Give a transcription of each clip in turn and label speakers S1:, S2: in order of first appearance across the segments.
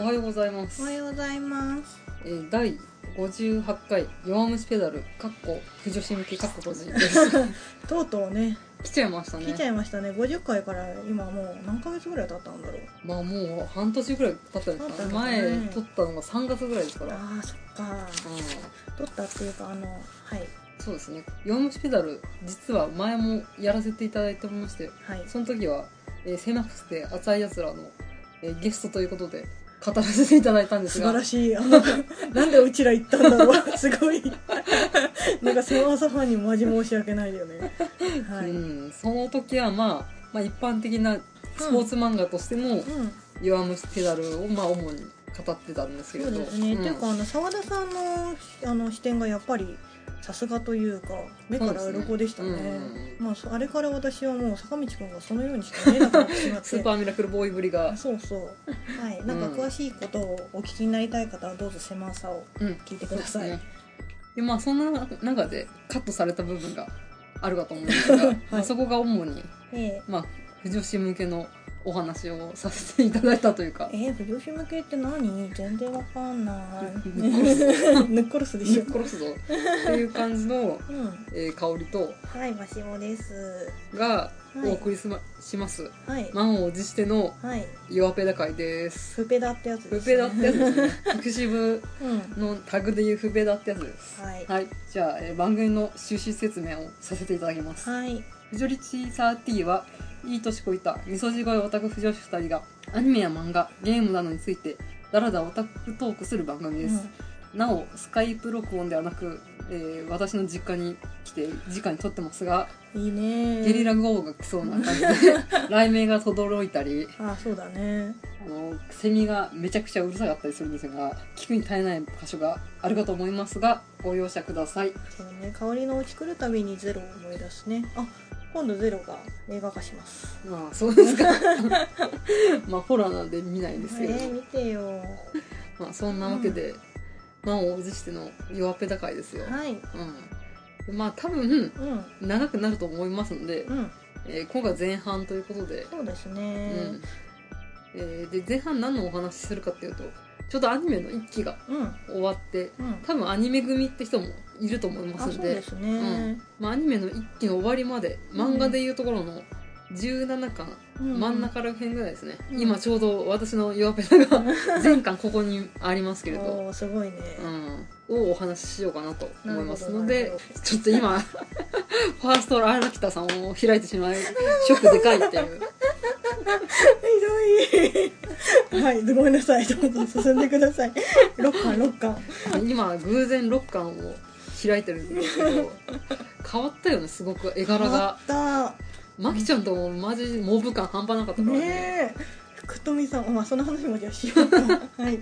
S1: おはようございます
S2: おは。ようございます。
S1: えー第58回弱虫ペダル（かっこ不女子向けかっこ閉じです。
S2: とうとうね、
S1: 来ちゃいました
S2: 来ちゃ
S1: ね。
S2: いましたね。50回から今もう何ヶ月ぐらい経ったんだろう。
S1: まあもう半年ぐらい経ったんですかね。
S2: 経ったね
S1: 前撮ったのが3月ぐらいですから。うん
S2: ああ、そっか。撮ったっていうかあのはい
S1: そうですね。弱虫ペダル実は前もやらせていただいておりまして、
S2: はい。
S1: その時は、えー、狭くて浅いやつらの、えーゲストということで語らせていただいたんです
S2: 素
S1: が
S2: 晴らしい。あ のなんでうちら行ったんだろう。すごい。 なんかセワーサファンにマジ申し訳ないよね。はい。
S1: う
S2: うん。
S1: ん、その時は、まあ、まあ一般的なスポーツ漫画としても「弱虫ペダル」をまあ主に語ってたんですけ
S2: そ
S1: れ
S2: う
S1: ど
S2: ですね。
S1: ん
S2: っていうかあの澤田さんのあの視点がやっぱりさすがというか目から鱗でしたね。
S1: そうですねうん
S2: まあそあれから私はもう坂道くんがそのようにしか見えなくなってしまって。
S1: スーパーミラクルボーイぶりが
S2: あ、そうそう。はい。なんか
S1: うん
S2: 詳しいことをお聞きになりたい方はどうぞ狭さを
S1: うん、
S2: 聞いてください。
S1: ねでまあそんな中でカットされた部分があるかと思うんですが、まあそこが主に、
S2: ええ
S1: まあ、不女子向けのお話をさせていただいたというか。
S2: えー、不良子向けって何全然わかんない
S1: ぶっ殺す
S2: ぬっころすで
S1: ぶ
S2: し
S1: っ
S2: ょ。
S1: 殺すぞっていう感じの、
S2: うん。
S1: えー香りと
S2: はい、マシモです。
S1: が
S2: はい
S1: お送りしま,、します
S2: はい。
S1: 満を持しての
S2: はい。
S1: 弱ペダ会です。
S2: フペダってやつです、ね。
S1: フペダってやつですね。福祉部
S2: うん。
S1: のタグで言うフペダってやつです。
S2: はい
S1: はい。じゃあ、えー番組の趣旨説明をさせていただきます。
S2: はい。
S1: フジョリチ30は、いい年こいた、みそじ声オタク不女子二人が、アニメや漫画、ゲームなどについて、だらだらオタクトークする番組
S2: う
S1: で
S2: ん
S1: す。なお、スカイプ録音ではなく、えー私の実家に来て、直に撮ってますが、
S2: いいね。
S1: ゲリラ豪雨が来そうな感じ で、雷鳴が轟いたり、
S2: あ、そうだね。
S1: あのセミがめちゃくちゃうるさかったりするんですが聞くに耐えない箇所があるかと思いますがご容赦ください
S2: そうね。香りの落ち来るたびにゼロを思い出すね。あ、今度ゼロが映画化します。
S1: まあそうですか まあホラーなんで見ないんですけ
S2: え
S1: ど、
S2: ー、見てよ。
S1: まあそんなわけで、満を持しての弱っぺ高いですよ、
S2: はい。
S1: うん、まあ多分
S2: うん。
S1: 長くなると思いますので、
S2: うん。
S1: えー今回前半ということで、
S2: そうです
S1: う
S2: ね。
S1: んえーで前半何のお話しするかっていうとちょうどアニメの一期が
S2: うん。
S1: 終わって
S2: うん。
S1: 多分アニメ組って人もいると思いま
S2: あ、
S1: す
S2: そ
S1: ん
S2: う
S1: で
S2: ですね。
S1: まあ、アニメの一期の終わりまで漫画でいうところの17巻、
S2: うん
S1: 真ん中ら辺ぐらいですね、
S2: うん
S1: 今ちょうど私の弱ペダ が全巻ここにありますけれど、
S2: おーすごいね。
S1: うん、をお話ししようかなと思いますの
S2: なる
S1: で
S2: ほどなるほ
S1: ちょっ と今ファースト荒北さんを開いてしまいショックでかいっていう
S2: ひどい。 はい、ごめんなさい。どうぞ進んでください。 六巻六巻。
S1: 今偶然6巻を開いてるんですけ ど変わったよねすごく絵柄が
S2: 変わっ。
S1: マキちゃんともマジモブ感半端なかったたからね
S2: ねえ。福富さん、まあその話もじゃあしよう か。はい。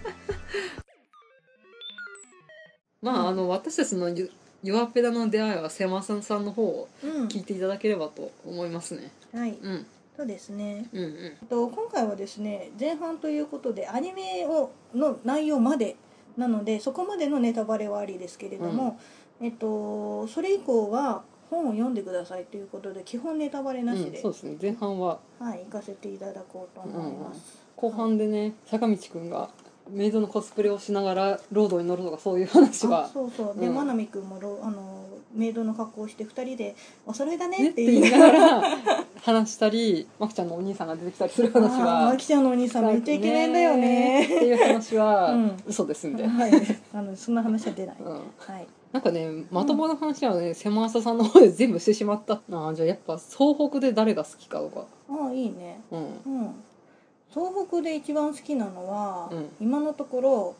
S1: まあ、
S2: うん
S1: あの私たちのゆ弱ペダの出会いは狭さんさんの方を聞
S2: う
S1: いていただければと思いますね。
S2: ん。はい。
S1: うん
S2: そうですね。
S1: うんうん。
S2: えっと今回はですね、前半ということでアニメをの内容までなので、そこまでのネタバレはありですけれども、えっとそれ以降は本を読んでくださいということで基本ネタバレなし
S1: うん
S2: で、
S1: そうですね前半は
S2: はい行かせていただこうと思います。
S1: 後半でね坂道くんがメイドのコスプレをしながらロードに乗るとかそういう話
S2: あ
S1: は
S2: そうそうで、
S1: うん
S2: まなみくんもろあのメイドの格好をして二人で「お揃いだ
S1: ね
S2: ね」
S1: っ
S2: って
S1: て
S2: 言
S1: 言
S2: い
S1: い
S2: な
S1: な
S2: がら
S1: がら話したりマキちゃんのお兄さんが出てきたりする
S2: 「あ
S1: 話
S2: ー
S1: は。
S2: マキちゃんのお兄さんめっちゃイケメンだよ
S1: っ
S2: ね
S1: ていう話は、
S2: うん
S1: 嘘です」んで、
S2: はいあのそんな話は出ない、
S1: うん、
S2: はい
S1: なんかねまともな話はね、狭浅さんの方で全部してしまったなあじゃあやっぱ総北で誰が好きかとか
S2: ああいいね
S1: うん
S2: うん東北で一番好きなのは、
S1: うん
S2: 今のところ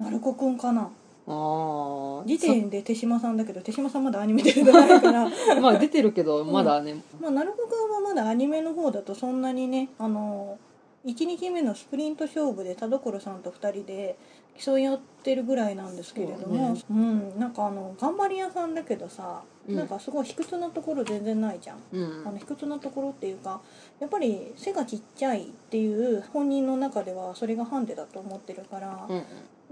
S2: 鳴子くんかな
S1: ああ
S2: 時点で手島さんだけど手島さんまだアニメ出てない から
S1: まあ出てるけどまだね、
S2: まあ、鳴子くんはまだアニメの方だとそんなにねあの1日目のスプリント勝負で田所さんと2人で競い合ってるぐらいなんですけれどもう,、
S1: そ
S2: んなんかあの頑張り屋さんだけどさ、
S1: うん
S2: なんかすごい卑屈なところ全然ないじゃん。
S1: うん
S2: あの卑屈なところっていうかやっぱり背がちっちゃいっていう本人の中ではそれがハンデだと思ってるから
S1: う、ん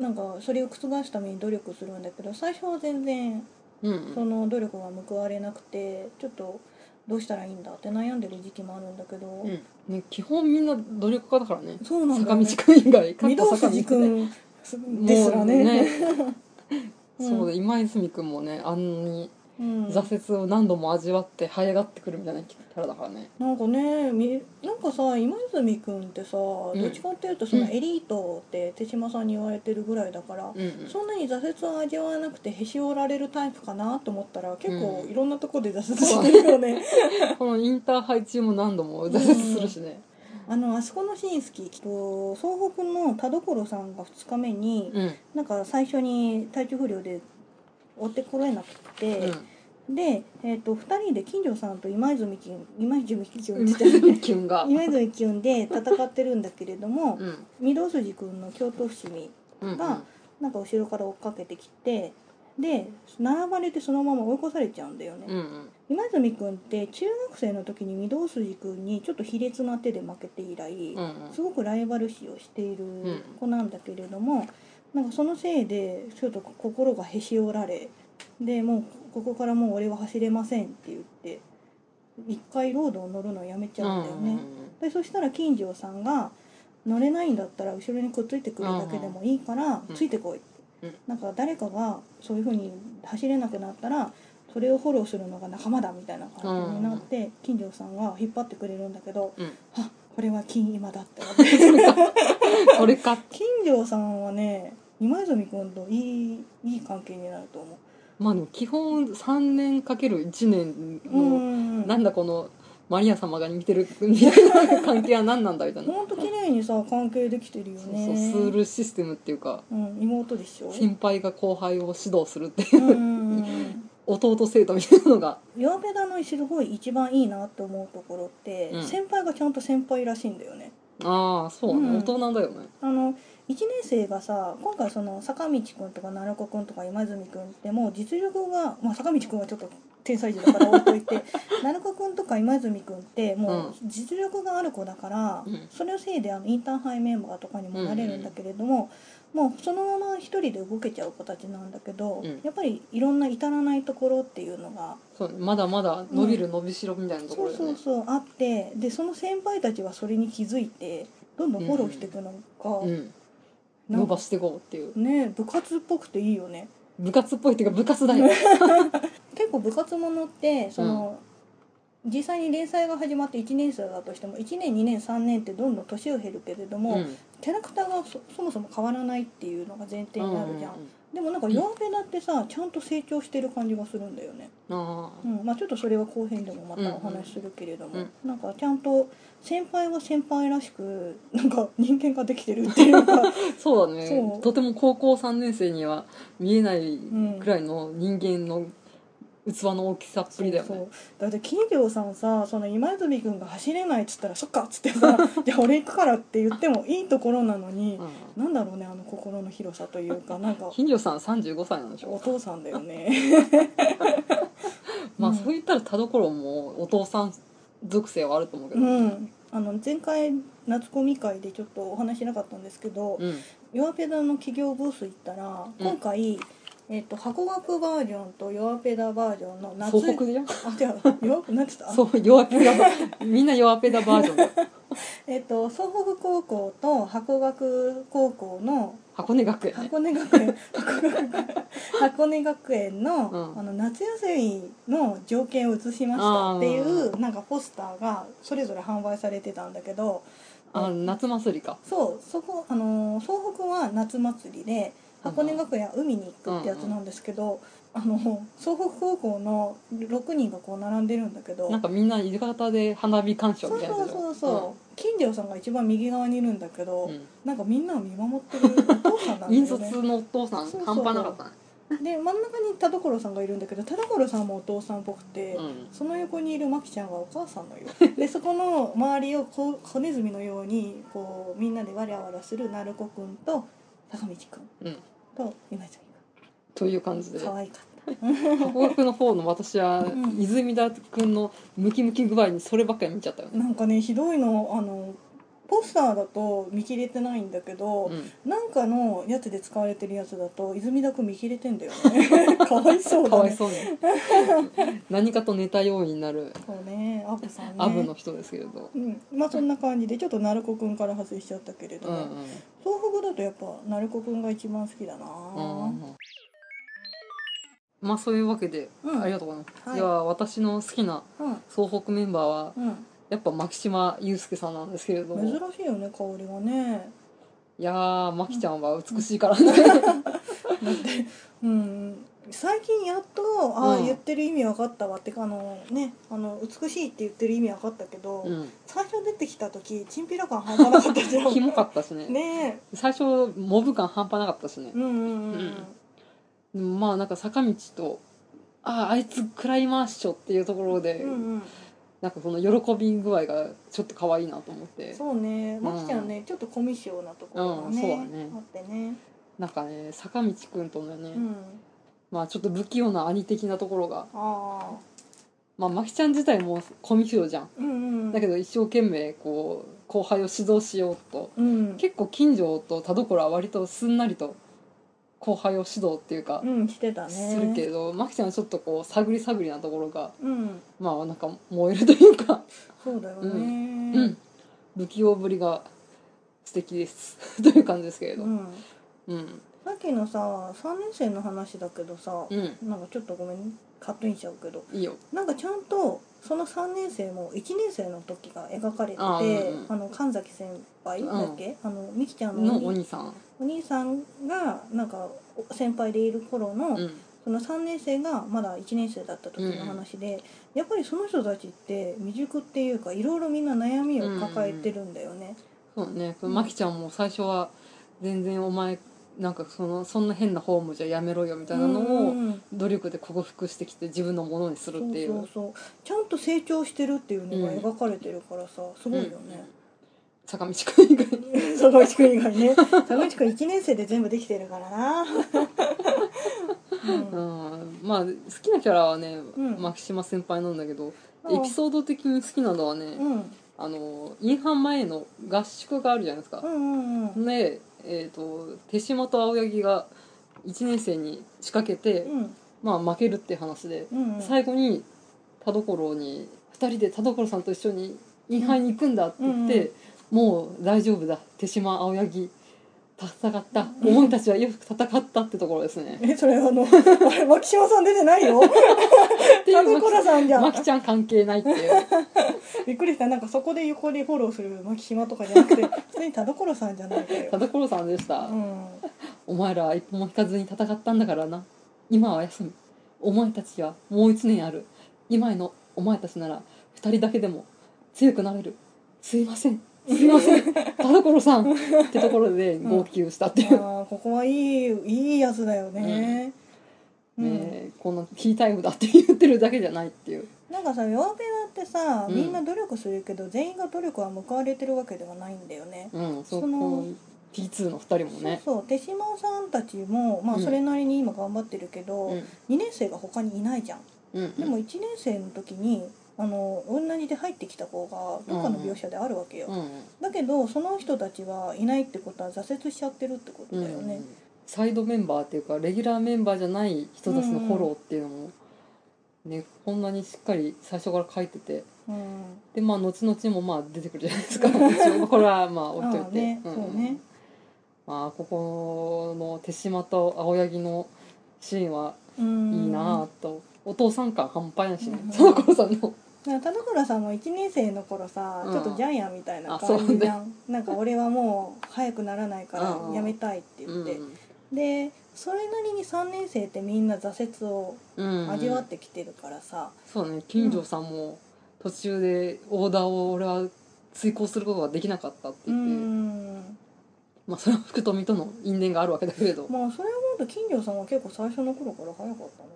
S2: なんかそれを覆すために努力するんだけど最初は全然
S1: うんう
S2: そ
S1: ん
S2: の努力が報われなくてちょっとどうしたらいいんだって悩んでる時期もあるんだけど、
S1: うんね、基本みんな努力家だからね
S2: そうなんだ
S1: 坂
S2: よ
S1: 道
S2: ね
S1: くん以外
S2: 御堂筋く
S1: も
S2: ん
S1: う
S2: ですらね うん
S1: そうだ今泉くんもねあんなに
S2: うん、
S1: 挫折を何度も味わって這い上がってくるみたいなキャラだからね
S2: なんかねみなんかさ今泉くんってさ、
S1: ん
S2: どっちかっていうとその
S1: うん
S2: エリートって手島さんに言われてるぐらいだから、
S1: うんうん
S2: そんなに挫折を味わわなくてへし折られるタイプかなと思ったら結構
S1: うん
S2: いろんなとこで挫折してるよね、
S1: このインターハイ中も何度も挫折するしね
S2: あのあそこのシーン好きと総北の田所さんが2日目に、
S1: うん
S2: なんか最初に体調不良で追ってこれなくて、
S1: う
S2: で、えっと2人で金城さんと今泉くん今泉くん
S1: ん
S2: って言ってたよね
S1: キュン が
S2: 今泉くんで戦ってるんだけれども、
S1: うん
S2: 御堂筋くんの京都伏見
S1: うん
S2: がなんか後ろから追っかけてきてで並ばれてそのまま追い越されちゃうんだよね、
S1: うんうん
S2: 今泉くんって中学生の時に御堂筋くんにちょっと卑劣な手で負けて以来、
S1: うんうん
S2: すごくライバル視をしている
S1: ん
S2: 子なんだけれども、なんかそのせいでちょっと心がへし折られでもうここからもう俺は走れませんって言って一回ロードを乗るのをやめちゃうんだよね、でそしたら金城さんが「乗れないんだったら後ろにくっついてくるだけでもいいから
S1: うん
S2: ついてこい」って、
S1: うん
S2: なんか誰かがそういうふうに走れなくなったらそれをフォローするのが仲間だみたいな感じになって、金城さんが引っ張ってくれるんだけど
S1: うん
S2: あこれは金今だって思って
S1: これか
S2: 金城さんはね今泉君といいいい関係になると思う。
S1: まあでも基本3年かける1年
S2: う
S1: の
S2: ん
S1: なんだこのマリア様が似てる みたいな関係は何なんだみたいな
S2: ほんと綺麗にさ関係できてるよ
S1: そう
S2: ね
S1: そうスールシステムっていうか
S2: うん、妹でしょ
S1: 先輩が後輩を指導するっていう
S2: うん
S1: 弟生徒みたいなのが
S2: 岩ペダのすごい一番いいなって思うところって、
S1: うん
S2: 先輩がちゃんと先輩らしいんだよね
S1: ああそうね、
S2: うん
S1: 大人だよね
S2: あの1年生がさ今回その坂道くんとか奈良子くんとか今泉くんってもう実力が、まあ、坂道くんはちょっと天才児だから置いとい て奈良子くんとか今泉くんってもう実力がある子だから、
S1: うん
S2: それのせいであのインターハイメンバーとかにもなれるんだけれども、もうそのまま一人で動けちゃう子たちなんだけど、
S1: うん
S2: やっぱりいろんな至らないところっていうのが
S1: そうねまだまだ伸びる伸びしろみたいなとこ
S2: そ
S1: ろ
S2: う
S1: だ
S2: そ
S1: よ
S2: う
S1: ね
S2: そうあってでその先輩たちはそれに気づいてどんどんフォローしていくのが、
S1: うん
S2: なん
S1: 伸ば
S2: か
S1: していこうっていう
S2: ね部活っぽくていいよね
S1: 部活っぽいっていうか部活だよ
S2: 結構部活ものってその、実際に連載が始まって1年生だとしても1年2年3年ってどんどん年を減るけれど も、
S1: うん
S2: キャラクターがそそもそも変わらないっていうのが前提になるじゃん、
S1: うん
S2: でもなんか弱ペダってさちゃんと成長してる感じがするんだよね
S1: ああ
S2: うんまあ、ちょっとそれは後編でもまたお話しするけれども、
S1: うんうん
S2: なんかちゃんと先輩は先輩らしく なんか人間ができてるっていう か、
S1: そうだね
S2: そう
S1: とても高校3年生には見えない
S2: うん、
S1: くらいの人間の器の大きさっぷりだよね
S2: そうだって金城さんさその今泉君が走れないっつったら「そっか」っつって さ「じゃあ俺行くから」って言ってもいいところなのに、
S1: うん
S2: なんだろうねあの心の広さというかなんか
S1: 金城さん35歳なんでし
S2: お
S1: ょ、
S2: 父さんだよね。
S1: まあ
S2: うん
S1: そう言ったら田所もお父さん属性はあると思うけ
S2: う
S1: ど
S2: んあの前回夏コミ会でちょっとお話しなかったんですけど、
S1: うん
S2: ヨアペダの企業ブース行ったら
S1: うん
S2: 今回、えっと箱学バージョンとヨアペダバージョンの夏
S1: 総北じゃん
S2: あ違うヨアなんて言った
S1: そう弱ペダみんな弱ペダバージョンだよ
S2: えっと総北高校と箱学高校の
S1: 箱根学園ね
S2: 箱根学 園箱根学園箱根学園の,、
S1: うん
S2: あの夏休みの条件を移しましたっていうなんかポスターがそれぞれ販売されてたんだけど
S1: あ夏祭りか
S2: そうそこあのー総北は夏祭りで箱根学園は海に行くってやつなんですけど、あの総北高校の6人がこう並んでるんだけど
S1: なんかみんな浴衣で花火鑑賞
S2: そ
S1: み
S2: う
S1: たいな
S2: そ
S1: や
S2: う
S1: つでしょ
S2: そうそう金城さんが一番右側にいるんだけど、
S1: うん
S2: なんかみんなを見守ってるお父さんなんだ
S1: 引
S2: よね
S1: 率のお父さん
S2: そうそう
S1: 半端なかったね
S2: で真ん中に田所さんがいるんだけど田所さんもお父さんっぽくて、
S1: うん
S2: その横にいるマキちゃんはお母さんのよう でそこの周りをこう小ネズミのようにこうみんなでわらわらする鳴子くんと坂道くん
S1: うん
S2: と今泉
S1: という感じ
S2: く
S1: で
S2: ん可愛かった
S1: 箱学の方の私は
S2: うん
S1: 泉田君のムキムキ具合にそればっかり見ちゃったよね
S2: なんかねひどいのあのポスターだと見切れてないんだけど、
S1: うん
S2: なんかのやつで使われてるやつだと泉田君見切れてんだよ ねかわいそう
S1: か
S2: だ
S1: わい
S2: ね
S1: そうね 何かとネタ用意になる
S2: そうねアブさんね
S1: アブの人ですけれど、
S2: うん、まあそんな感じでちょっと鳴子くんから外れしちゃったけれど
S1: うん
S2: も、
S1: うん
S2: 東北だとやっぱ鳴子くんが一番好きだな
S1: うんうんまあそういうわけで、
S2: うん
S1: ありがとうございます、
S2: はい
S1: では私の好きな
S2: うん、
S1: 総北メンバーはやっぱ牧島祐介さんなんですけれど
S2: うん、珍
S1: も
S2: しいよね香りがね
S1: いやー牧ちゃんは美しいからね、
S2: うん最近やっとああ、
S1: うん
S2: 言ってる意味分かったわってかあのねあの美しいって言ってる意味分かったけど、
S1: うん、
S2: 最初出てきた時チンピラ感半端なかったじゃ ん
S1: キモかったしね
S2: ね
S1: 最初モブ感半端なかったしね
S2: え、うんうんうん、うん
S1: でもまあなんか坂道とあああいつ食らいまっしょっていうところで、
S2: うん
S1: なんかこの喜び具合がちょっと可愛いなと思っ
S2: う
S1: て
S2: ん、そうねまきちゃんね、ちょっとコミッショなところがね,、
S1: うんそうだね
S2: あってね、
S1: なんかね坂道くんとのね、
S2: うん、
S1: まあちょっと不器用な兄的なところが
S2: ああ
S1: まあまきちゃん自体もコミュ障じゃん
S2: うんうん
S1: だけ
S2: ど、
S1: ど一生懸命こう後輩を指導しようと
S2: うん、
S1: 結構近所と田所は割とすんなりと後輩を指導っていうか
S2: うんしてたね
S1: するけどまきちゃんはちょっとこう探り探りなところが
S2: うん
S1: まあなんか燃えるというか、
S2: そうだよね、
S1: ううん、不器用ぶりが素敵です という感じですけれど、
S2: うん
S1: うん
S2: さっきのさ3年生の話だけどさ、
S1: うん
S2: なんかちょっとごめんカットインしちゃうけど
S1: いいよ
S2: なんかちゃんとその3年生も1年生の時が描かれてて
S1: あ
S2: あ,、
S1: ーうんうん
S2: の神崎先輩だっけ、あのみきちゃんの
S1: の
S2: お
S1: お
S2: 兄
S1: 兄さん、
S2: お兄さんがなんかお先輩でいる頃の、
S1: うん、
S2: その3年生がまだ1年生だった時の話で、やっぱりその人たちって未熟っていうかいろいろみんな悩みを抱えてるんだよね。
S1: そうねまきちゃんも最初は全然お前なんかそのそんな変なフォームじゃやめろよみたいなの
S2: う
S1: を
S2: ん
S1: 努力で克服してきて自分のものにするっていう
S2: そうそうそうちゃんと成長してるっていうのが描かれてるからさ、すごいよね、
S1: 坂道くん以外に
S2: 坂口くん以外ね坂口くん1年生で全部できてるからなうん
S1: うんまあ好きなキャラはね、
S2: ん
S1: 牧島先輩なんだけど
S2: うん
S1: エピソード的に好きなのはね、
S2: うん
S1: あのインハン前の合宿があるじゃないですか
S2: う、んうんうん
S1: で、えー、と手島と青柳が1年生に仕掛けて、
S2: うん
S1: まあ負けるって話で、
S2: うんうん
S1: 最後に田所に2人で田所さんと一緒にインハイに行くんだって言って、
S2: うんうん
S1: もう大丈夫だ手島青柳戦ったお前たちはよく戦ったってところですね。
S2: えそれあのあれ牧島さん出てない よ
S1: ってい
S2: 田
S1: うまき
S2: 所さんじゃ
S1: ま
S2: ん
S1: きちゃん関係ないっていう。
S2: びっくりしたなんかそこで横でフォローする牧島とかじゃなくて普通に田所さんじゃないか
S1: 田
S2: よ、
S1: 所さんでした、
S2: うん、
S1: お前らは一歩も引かずに戦ったんだからな今は休みお前たちはもう一年ある今のお前たちなら二人だけでも強くなれるすいませんすいません田所さんってところで号泣したっていう、
S2: ああここはいいいいやつだよね、うん
S1: ねえこのキータイムだって言ってるだけじゃないっていう
S2: なんかさ弱ペナってさ
S1: うん
S2: みんな努力するけど、全員が努力は報われてるわけではないんだよね。
S1: うんそ
S2: そ
S1: うこ
S2: の
S1: の T2 の二人もね
S2: そうそう手島さんたちも、まあ、
S1: うん
S2: それなりに今頑張ってるけど、
S1: うん
S2: 2年生が他にいないじゃん。
S1: うん
S2: でも1年生の時にあの同じで入ってきた子がどっかの描写であるわけよ、
S1: うん
S2: だけどその人たちはいないってことは挫折しちゃってるってこと
S1: うん
S2: だよね、
S1: サイドメンバーっていうかレギュラーメンバーじゃない人たちのフォローっていうのも、ね、こんなにしっかり最初から書いてて
S2: うん
S1: でまあ後々もまあ出てくるじゃな いですか一応これはまあ置いとい
S2: ああ
S1: て、
S2: ね、
S1: ん
S2: そうね
S1: まあここの手島と青柳のシーンは
S2: う
S1: い
S2: ん
S1: いなあと、お父さん感半端やしね、
S2: うん
S1: その頃さんの
S2: なんか田所さんも1年生の頃さ、
S1: うん
S2: ちょっとジャイアンみたいな
S1: あそう
S2: 感じじゃん、なんか俺はもう早くならないから
S1: うん
S2: やめたいって言
S1: う
S2: って、
S1: ん
S2: でそれなりに3年生ってみんな挫折を
S1: うん
S2: 味わってきてるからさ、
S1: そうね金城さんも途中でオーダーを俺は遂行することができなかったって
S2: う
S1: 言って、
S2: ん
S1: まあそれは福富との因縁があるわけだけれど
S2: まあそれを思うと金城さんは結構最初の頃から早かったの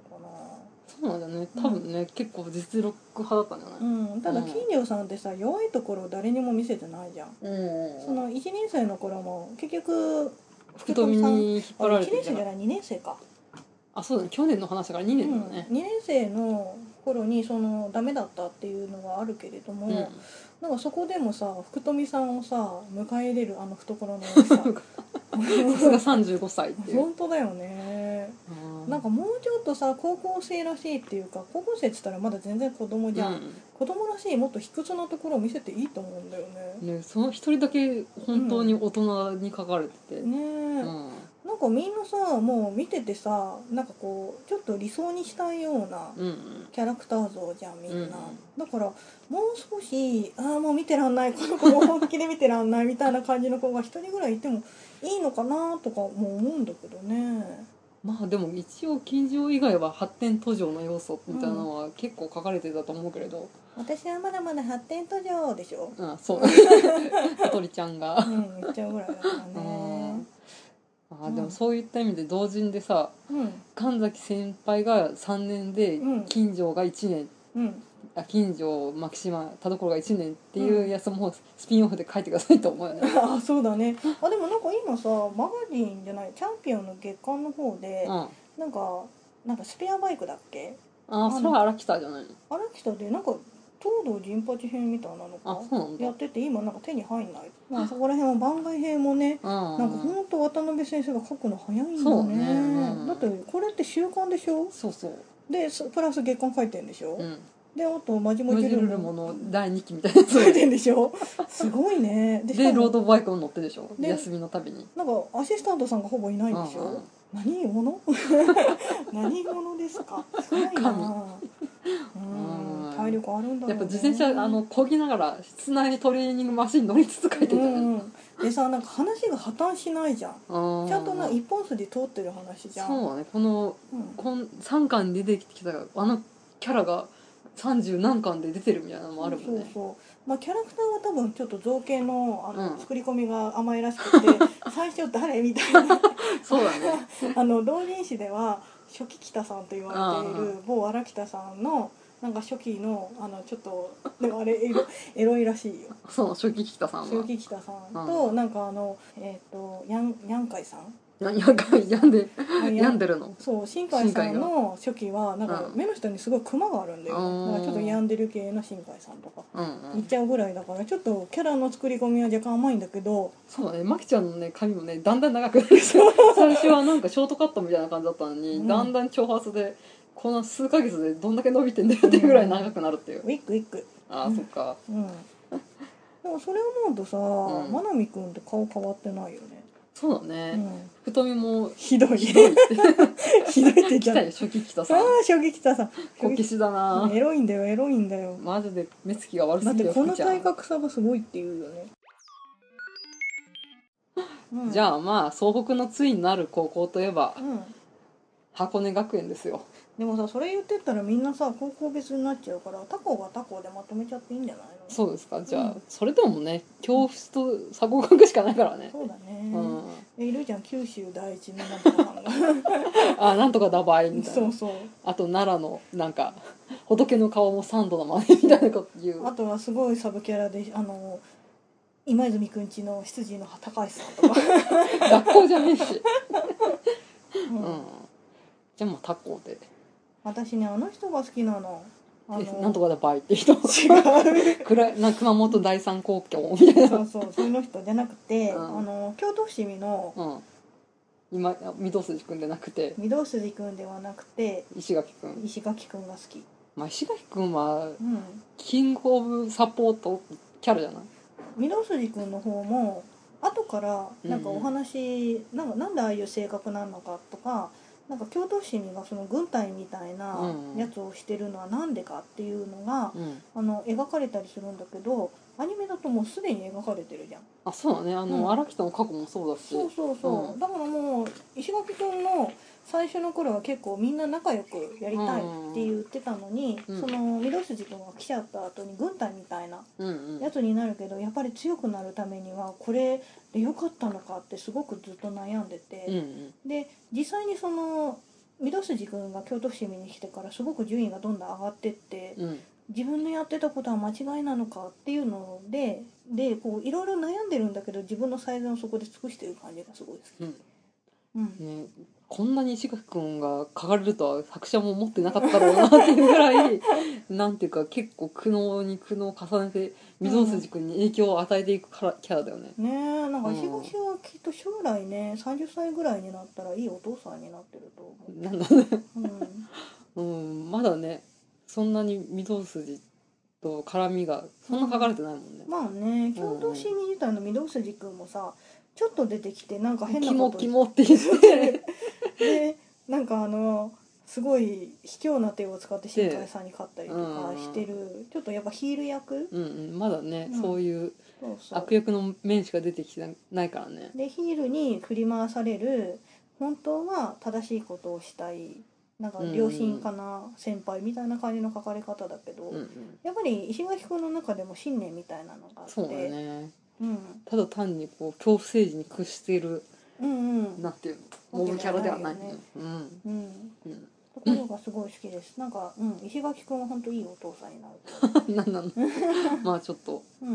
S1: そうなんだね多分ね、結構実力派だったんじゃ
S2: かな、
S1: な
S2: うん、ただ
S1: うん
S2: 金城さんってさ弱いところを誰にも見せてないじゃん、
S1: い、うん
S2: その1年生の頃も結局
S1: 福富に引っ
S2: あ
S1: 張られ
S2: 1
S1: てる
S2: 年
S1: じゃ
S2: 生じゃ
S1: ない
S2: ない2年生か
S1: あそうだね去年の話だから2
S2: う
S1: 年だ
S2: ん
S1: よね、
S2: 2年生の頃にそのダメだったっていうのはあるけれども、
S1: うん
S2: なんかそこでもさ福富さんをさ迎え入れるあの懐の大き さ
S1: さすが35歳っていう
S2: 本当だよね
S1: うん
S2: なんかもうちょっとさ高校生らしいっていうか高校生っつったらまだ全然子供じゃん、
S1: うん
S2: 子供らしいもっと卑屈なところを見せていいと思うんだよね
S1: ね、その一人だけ本当に大人に書かれてて、
S2: ねえ、
S1: うん
S2: なんかみんなさもう見ててさなんかこうちょっと理想にしたいような
S1: うん
S2: キャラクター像じゃんみんな、
S1: うん
S2: だからもう少しああもう見てらんないこの子も本気で見てらんないみたいな感じの子が一人ぐらいいてもいいのかなとかも思うんだけどね
S1: まあでも一応近所以外は発展途上の要素みたいなのは結構書かれてたと思うけれど、
S2: 私はまだまだ発展途上でしょ
S1: うん、 そう小鳥ちゃんが
S2: う。ん言っちゃうぐらいだから
S1: う
S2: ね
S1: んあーでもそういった意味で同人でさ
S2: うん
S1: 神崎先輩が3年で
S2: うん
S1: 近所が1年、
S2: うん
S1: あ近所牧島田所が1年っていうやつもスピンオフで書いてくださいと思うよね。
S2: あそうだねあでもなんか今さマガジンじゃないチャンピオンの月間の方で、
S1: うん、あ
S2: なんかなんかスペアバイクだっけ
S1: あそれは荒北じゃないの
S2: 荒北でなんか東堂陣八編みたいなの
S1: あ
S2: か
S1: そうなんだ
S2: やってて今なんか手に入んない、まあ、そこら辺は番外編もね
S1: うん
S2: なんかほんと渡辺先生が書くの早いんだ
S1: そう
S2: ね
S1: ねうん
S2: だってこれって週刊でしょ
S1: そうそう、
S2: でそプラス月刊書いてんでしょ、
S1: うん、
S2: であとマジモ
S1: 無
S2: ジル
S1: 印
S2: ル
S1: ルモ
S2: も
S1: の第2期みたいなやつ
S2: 書いてんでしょすごいねでし
S1: で
S2: か
S1: ロー
S2: も
S1: ドバイクを乗ってるでしょ
S2: で
S1: 休みのたびに。
S2: なんかアシスタントさんがほぼいないんでしょ、
S1: うんうん
S2: 何者 何者ですかすごいなうん
S1: うん
S2: 体力あるんだろうね
S1: やっぱ自転車あの漕ぎながら室内トレーニングマシン乗りつつ書いてたよ
S2: うん
S1: ね。
S2: うんでさなんか話が破綻しないじゃん
S1: ちゃ
S2: ちゃんとな一本筋通ってる話じゃん
S1: そうだねこの
S2: うん
S1: こん3巻に出てきたあのキャラが30何巻で出てるみたいなのもあるもん
S2: そう
S1: ね。
S2: そうまあキャラクターは多分ちょっと造形のあの、
S1: うん
S2: 作り込みが甘いらしくて 最初誰みたいな
S1: そうだね。
S2: あの同人誌では初期北さんと言われている某荒北さんのなんか初期のあのちょっとでもあれエロエロいらしいよ
S1: そう初期北さん
S2: 初
S1: は。
S2: 期北さんと、なんかあのえっ、とヤンヤンカイさん
S1: ややんか病んで
S2: あヤン
S1: 病んでるの。
S2: そう新海さん
S1: 新
S2: の初期はなんか
S1: うん
S2: 目の下にすごいクマがあるんだよ、
S1: うん
S2: なんかちょっと病んでる系の新海さんとか
S1: うんう
S2: いっ
S1: ん。
S2: ちゃうぐらいだからちょっとキャラの作り込みは若干甘いんだけど
S1: そうだね。マキちゃんのね髪もねだんだん長くなるでしょ。最初はなんかショートカットみたいな感じだったのに、
S2: うん
S1: だんだん長髪でこの数ヶ月でどんだけ伸びてんだよっていうぐらい長くなるっていう。
S2: ウィッグウィッグ
S1: ああそっか。
S2: うんでもそれ思うとさ、
S1: うん
S2: まなみくんって顔変わってないよね、
S1: そうだ
S2: う
S1: ね。
S2: ん、
S1: 太みも
S2: ひどい
S1: ひ
S2: ひ
S1: ど
S2: どい
S1: いっ。
S2: って て言っち
S1: 来
S2: ゃったた
S1: よ初期北さ
S2: あ
S1: ん。
S2: あ衝撃ださ
S1: こけしだな。
S2: エロいんだよエロいんだよ
S1: マジで目つきが悪
S2: だ
S1: す
S2: っ
S1: ぎ
S2: て
S1: るよ
S2: こ
S1: 福
S2: の
S1: ちゃん
S2: 体格差がすごいっていうよ ね、うん、
S1: じゃあまあ総北のついになる高校といえば
S2: うん
S1: 箱根学園ですよ
S2: でもさそれ言ってったらみんなさ高校別になっちゃうから他校が他校でまとめちゃっていいんじゃないの
S1: そうですかじゃあ、
S2: うん
S1: それでもね教室と鎖国学しかないからね
S2: そうだね、
S1: うん
S2: えいるじゃん九州第一のなんとかさ んが
S1: あなんとかだばいみたい
S2: そ
S1: な
S2: うそう
S1: あと奈良のなんか仏の顔も三度のまねみたいなこと言う
S2: あとはすごいサブキャラであの今泉くんちの執事の高橋さんと か、
S1: 学校じゃねえし、
S2: う
S1: うんん、じゃあまあ他校で
S2: 私ねあの人が好きなのあ
S1: えなんと
S2: の
S1: かだばいって人
S2: 違 う
S1: 暗いな熊本第三高校みたいな、
S2: そうそうその人じゃなくて、
S1: うん
S2: あの京都伏見の
S1: うん、今御堂筋くんじゃなくて
S2: 御堂筋くんではなくて
S1: 石垣くん、
S2: 石垣くんが好き
S1: まあ、石垣くんは
S2: うん
S1: キングオブサポートキャラじゃな
S2: 御
S1: い
S2: 堂筋君の方も後からなんかお話、なんかなんでああいう性格なのかとかなんか京都市民がその軍隊みたいな
S1: うん
S2: やつをしてるのはなんでかっていうのが、
S1: うん、
S2: あの描かれたりするんだけどアニメだともうすでに描かれてるじゃん
S1: あそうだねあの、
S2: うん
S1: 荒北の過去もそうだし
S2: そうそうそう、
S1: うん
S2: だからもう石垣君の最初の頃は結構みんな仲良くやりたいって言ってたのに、
S1: うん
S2: その御堂筋君が来ちゃった後に軍隊みたいな
S1: うんうん
S2: やつになるけどやっぱり強くなるためにはこれで良かったのかってすごくずっと悩んで
S1: うんう
S2: て、
S1: ん
S2: で実際にその御堂筋君が京都伏見に来てからすごく順位がどんどん上がってって
S1: うん
S2: 自分のやってたことは間違いなのかっていうのででこういろいろ悩んでるんだけど自分の最善をそこで尽くしてる感じがすごい好き。
S1: うん
S2: うん
S1: ね、こんなに石垣くんが書かれるとは作者も思ってなかったろうなっていうぐ らいなんていうか結構苦悩に苦悩を重ねて溝筋くんに影響を与えていくキャラキャラだよね。
S2: ねえなんか
S1: うん
S2: 石垣はきっと将来ね30歳ぐらいになったらいいお父さんになってると思
S1: なんだね、
S2: う、うん、
S1: うん、まだねそんなに溝筋と絡みがそんな書かれてないもんね。
S2: まあね共同審議自体の御堂筋くんもさちょっと出てきてなんか変な
S1: キ
S2: こ
S1: モ
S2: と
S1: キモって言 って
S2: でなんかあのすごい卑怯な手を使って新海さんに勝ったりとかしてる、ちょっとやっぱヒール役
S1: うん、うん、まだね、
S2: うん
S1: そういう
S2: そうそう
S1: 悪役の面しか出てきてないからね。
S2: でヒールに振り回される本当は正しいことをしたいなんか良心かな、先輩みたいな感じの書かれ方だけど、
S1: うんうん、
S2: やっぱり石垣君の中でも信念みたいなのがあって
S1: そうだね。
S2: うん、
S1: ただ単にこう恐怖政治に屈している
S2: うんうん
S1: なんていうのモブキャラではない、
S2: わけがないよね
S1: うん
S2: うん
S1: うん
S2: ところがすごい好きですなんか、うん、石垣君は本当いいお父さんになると
S1: なん なのまあちょっと
S2: う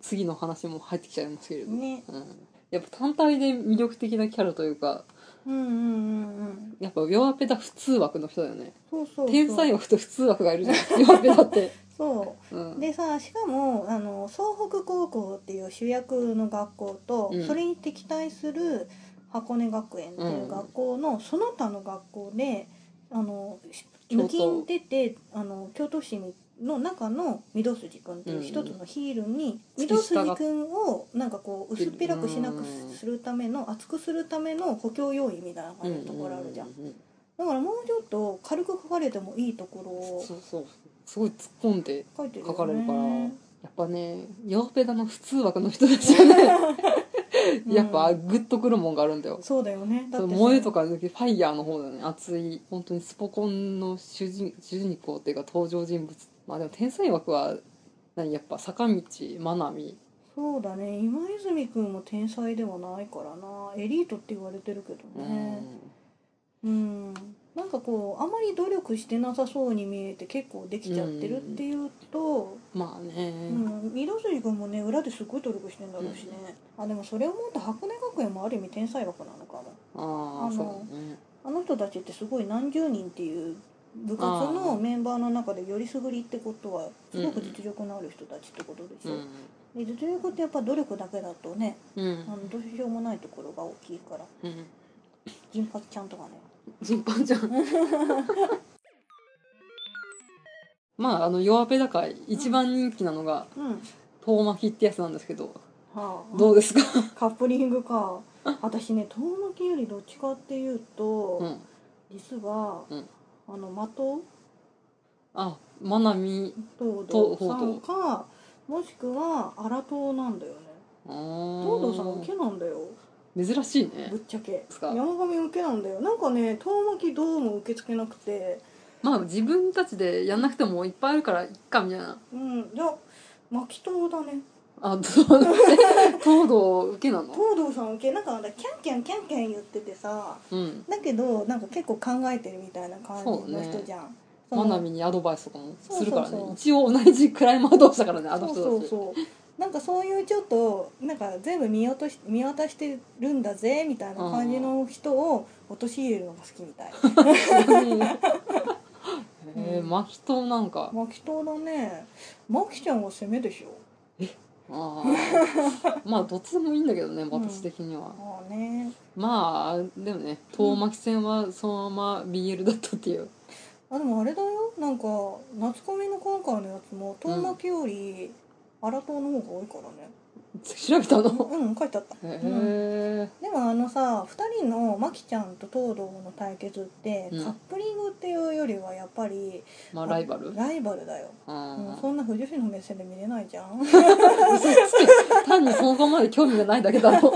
S1: 次の話も入ってきちゃいますけれど、
S2: んね
S1: うん、やっぱ単体で魅力的なキャラというか
S2: うんうんうんうん
S1: やっぱ弱ペダ普通枠の人だよね
S2: そうそうそう
S1: 天才枠と普通枠がいるじゃん 弱ペダって、
S2: そ
S1: うん
S2: う、でさしかもあの総北高校っていう主役の学校と、
S1: うん
S2: それに敵対する箱根学園っていう学校の、その他の学校であのし
S1: 京都
S2: 抜きん出てあの京都市の中の御堂筋君っていう一つのヒールに
S1: うん
S2: 御堂筋君をなんかこう薄っぺらくしなく
S1: うん
S2: するための厚くするための補強要因みたいな感じのところあるじゃん。
S1: うんうんうん
S2: だからもうちょっと軽く書かれてもいいところを
S1: そうそうすごい突っ込んで
S2: 書いてるよね。
S1: 書かれるからやっぱね弱ペダの普通枠の人たちがね
S2: うん
S1: やっぱグッとくるもんがあるんだよ
S2: そうだよね。だ
S1: そう
S2: ってさ
S1: 燃えとかの時ファイヤーの方だよね熱い本当にスポコンの主人主人公っていうか登場人物まあでも天才枠は何やっぱ坂道真奈
S2: そうだね。今泉くんも天才ではないからな。エリートって言われてるけど
S1: 美、
S2: ね。うん。なんかこうあまり努力してなさそうに見えて結構できちゃってるっていうと、
S1: うんまあね、
S2: うん、水杉くんもね裏ですごい努力してんだろうしね。あでもそれを思うと箱根学園もある意味天才枠なのかも。
S1: あ
S2: あの
S1: あそうだね
S2: あの人たちってすごい何十人っていう部活のメンバーの中でよりすぐりってことはすごく実力のある人たちってことでし
S1: う
S2: ょ、
S1: ん
S2: で実力ってやっぱ努力だけだとね
S1: うん
S2: あのどうしようもないところが大きいから
S1: うん
S2: 金髪ちゃんとかね
S1: 人パンじゃんまああの弱ペダ界一番人気なのが
S2: うん
S1: 遠巻きってやつなんですけど
S2: はあ
S1: どうですか、
S2: カップリングか私ね遠巻きよりどっちかっていうと、
S1: うん、
S2: 実は、
S1: うん
S2: あの的
S1: あ真奈美
S2: 東
S1: と
S2: 堂さんかもしくは荒党なんだよね
S1: 東
S2: 東堂さん受けなんだよ
S1: 珍しいね
S2: ぶっちゃけ
S1: すか
S2: 山上受けなんだよなんかね遠巻きどうも受け付けなくて
S1: まあ自分たちでやんなくてもいっぱいあるからいっかみたいな
S2: うんじゃあ巻き党だね
S1: あそう 東堂受けなの
S2: 東堂さん受けなんかキャンキャンキャンキャン言っててさ
S1: うん
S2: だけどなんか結構考えてるみたいな感じの人じゃんそ
S1: 真
S2: の
S1: 奈美にアドバイスとかもするからね
S2: そうそうそう
S1: 一応同じクライマー同士だからねあの人たち
S2: そうそうそうなんかそういうちょっとなんか全部見落とし見渡してるんだぜみたいな感じの人を陥れるのが好きみ たい
S1: えー、真人なんか
S2: 巻き党だね巻きちゃんは攻めでしょ
S1: あ ーまあどっちでもいいんだけどね私的には、
S2: まあね
S1: まあでもね遠巻き戦はそのまま BL だったっていう
S2: あでもあれだよなんか夏コミの今回のやつも遠巻きより荒党の方が多いからね
S1: 調べたの
S2: うん、書いてあった、
S1: へえ
S2: うん、でもあのさ2人のまきちゃんと東堂の対決って、
S1: うん
S2: カップリングっていうよりはやっぱり
S1: まあライバル
S2: ライバルだよ、
S1: あ
S2: うん
S1: ー
S2: そんな不女子の目線で見れないじ ゃんい
S1: 嘘つけ単にその子まで興味がないだけだろ、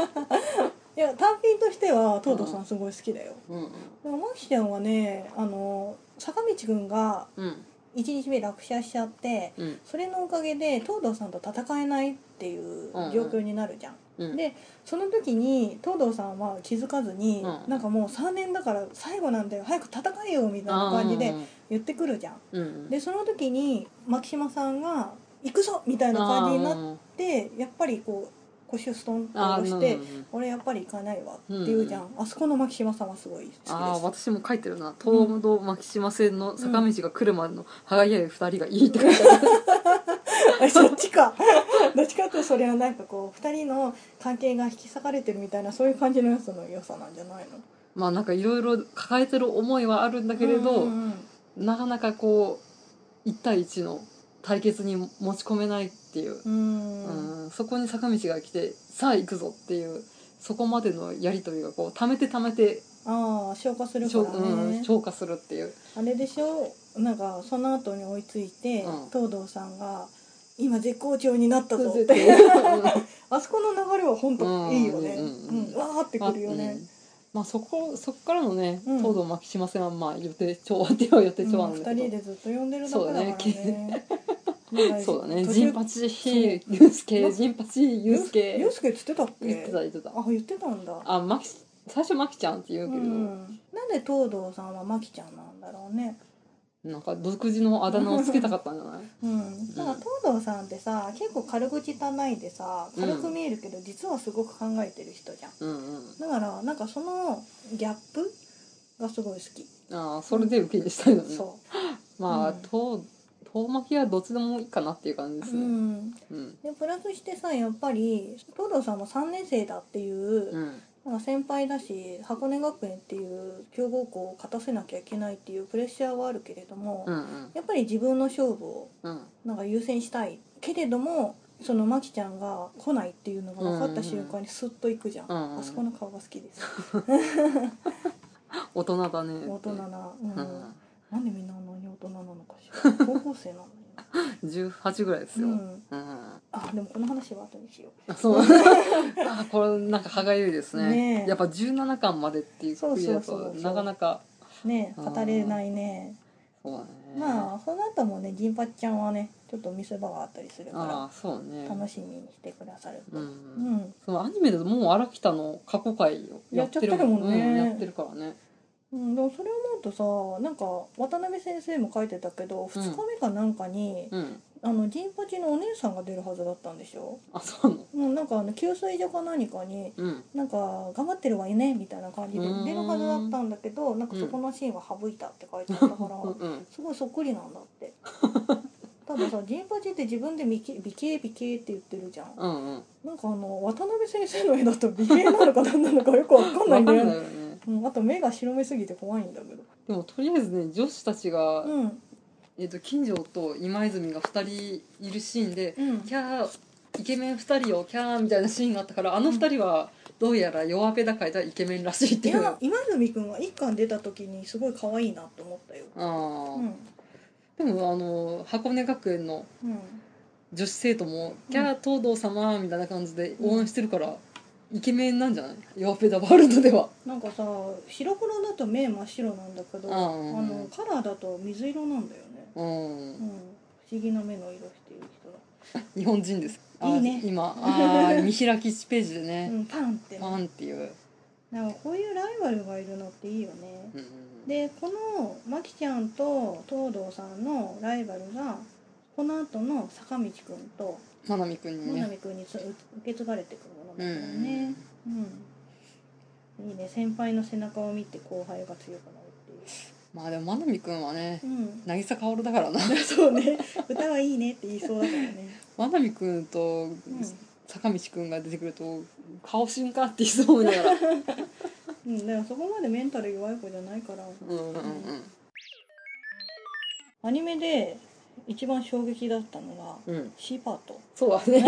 S2: や単品としては東堂さんすごい好きだよ、
S1: うん
S2: でもまきちゃんはねあの坂道くんが
S1: うん
S2: 1日目落車しちゃって
S1: うん
S2: それのおかげで東堂さんと戦えないっていう状況になるじゃん、
S1: うん
S2: でその時に東堂さんは気づかずに、
S1: うん
S2: なんかもう3年だから最後なんだよ早く戦えよみたいな感じで言ってくるじゃん、
S1: うんうん
S2: でその時に牧島さんが「行くぞ!」みたいな感じになってやっぱりこう腰をストンと下
S1: ああ
S2: ろ
S1: な
S2: し
S1: る
S2: て
S1: ほどね
S2: 「俺やっぱり行かないわ」って言うじゃん、あそこの牧島さんはすごい好きです
S1: ああ私も書いてるな東堂牧島線の坂道が来るまでの歯がゆい2人がいいって書いてある、
S2: あれそっちかどっちかっていうとそれはなんかこう2人の関係が引き裂かれてるみたいなそういう感じのやつの良さなんじゃないの
S1: まあなんかいろいろ抱えてる思いはあるんだけれど、
S2: うんうん
S1: なかなかこう1対1の対決に持ち込めないっていう、
S2: うんうん
S1: うん、そこに坂道が来てさあ行くぞっていうそこまでのやり取りがこう溜めて溜めて
S2: ああ消化するか
S1: 消,、
S2: ら
S1: うん、
S2: ね
S1: 消化するっていう
S2: あれでしょなんかその後に追いついて、
S1: うん
S2: 東堂さんが「今絶好調になったぞ」っ
S1: う
S2: て
S1: ん
S2: あそこの流れは本当いいよね、
S1: う
S2: うんん
S1: うんうんうん
S2: わーってくるよね、
S1: まあそこそこからのね、
S2: うん
S1: 東堂牧島線はまあ予定調和っていうのは予定
S2: うん
S1: 調和なん
S2: 二
S1: だけど、
S2: 人でずっと呼んでるだけだからね
S1: そうだ
S2: なんか
S1: そうだね
S2: 途中
S1: ジンパチヒユウスケ
S2: な
S1: ジンパチユウスケ
S2: ゆうすけっつってたっけ
S1: 言ってた言ってた
S2: あ言ってたんだ
S1: あマキ最初マキちゃんって言う
S2: う
S1: けれど、
S2: ん、なんで東堂さんはまきちゃんなんだろうね
S1: なんか独自のあだ名をつけたかったんじ ゃない
S2: うん、ただ東堂さんってさ結構軽口ないでさ軽く見えるけど、実はすごく考えてる人じゃん
S1: うんうん
S2: だからなんかそのギャップがすごい好き、
S1: ああそれで受け入れしたいのね
S2: そ
S1: まあ、
S2: うん
S1: 遠遠巻きはどっちでもいいかなっていう感じで
S2: う、
S1: す
S2: う
S1: ね
S2: ん、
S1: うん
S2: でプラスしてさやっぱり東堂さんも3年生だっていう、
S1: うん
S2: なんか先輩だし箱根学園っていう強豪校を勝たせなきゃいけないっていうプレッシャーはあるけれども、
S1: うんうん
S2: やっぱり自分の勝負を
S1: うん
S2: なんか優先したいけれどもそのまきちゃんが来ないっていうのが分かった瞬間にスッと行くじゃん、
S1: うんうん
S2: あそこの顔が好きです
S1: 大人だね
S2: 大人な、うん
S1: うん
S2: なんでみんなあんなに大人なのかし ら高校生なのにな
S1: 18ぐらいですよ、
S2: う
S1: うん
S2: ん、あでもこの話は後にしよ
S1: あそう あこれなんか歯がゆいですね
S2: ねえ
S1: やっぱ17巻までっていう
S2: そう
S1: 国
S2: そ
S1: だ
S2: うそう
S1: となかなか
S2: うね
S1: あ
S2: 語
S1: ー
S2: れないね
S1: そうだね
S2: まあその後もね銀八ちゃんはねちょっと見せ場があったりする
S1: あ
S2: か
S1: あそうね
S2: ら楽しみにしてくださるとう
S1: う
S2: んん、
S1: そのアニメだともう荒北の過去回を
S2: や
S1: やってる
S2: っちゃってるもんね
S1: うんやってるからね
S2: うん、でもそれを思うとさなんか渡辺先生も書いてたけど2日目かなんかに、
S1: うん
S2: あの銀八のお姉さんが出るはずだったんでしょ
S1: あそうなの
S2: うん、なんかあの給水所か何かに
S1: うん
S2: なんか頑張ってるわよねみたいな感じで
S1: うーん
S2: 出るはずだったんだけどなんかそこのシーンは省いたって書いてあったから
S1: うんうん
S2: すごいそっくりなんだって たださジンパチって自分で美形美形美形って言ってるじゃん
S1: うんうん
S2: なんかあの渡辺先生の絵だと美形なのか何なのかよくわかんない
S1: わ
S2: ん
S1: か
S2: だ
S1: ん
S2: よ
S1: な
S2: ね
S1: いよね
S2: うん、あと目が白目すぎて怖いんだけど
S1: でもとりあえずね女子たちが、
S2: うん
S1: えっと金城と今泉が2人いるシーンで
S2: うん
S1: キャーイケメン2人をキャーみたいなシーンがあったからあの2人はどうやら弱ペダ界ではイケメンらしいっ
S2: い
S1: ていう
S2: や今泉君は一巻出た時にすごい可愛いなと思ったよ
S1: あー、
S2: うん
S1: でもあの箱根学園の
S2: うん
S1: 女子生徒も「キャー東堂様」みたいな感じで応援してるから、イケメンなんじゃない弱ペダワールドでは
S2: なんかさ白黒だと目真っ白なんだけど、
S1: うん
S2: あのカラーだと水色なんだよね、
S1: うん
S2: うん、不思議な目の色している人だ、
S1: 日本人ですあー
S2: いいね
S1: 今あー見開き1ページで
S2: う
S1: ね
S2: ん、パンって
S1: パンっていう、
S2: なんかこういうライバルがいるのっていいよね
S1: うん
S2: でこのまきちゃんと東堂さんのライバルがこの後の坂道くんと
S1: まなみくんに
S2: 真
S1: ね
S2: 波くんにつ受け継がれてくるものだからねうん、いいね先輩の背中を見て後輩が強くなるって
S1: まあでもまなみくんはね
S2: いううん
S1: 渚薫だからな
S2: そうね歌はいいねって言いそうだからね
S1: まなみくん と
S2: う
S1: 坂道くんが出てくると顔しんかって言いそうだから
S2: ん、うん、だからそこまでメンタル弱い子じゃないから
S1: うんうんうん
S2: アニメで一番衝撃だったのが
S1: うん
S2: シーパート
S1: そうだね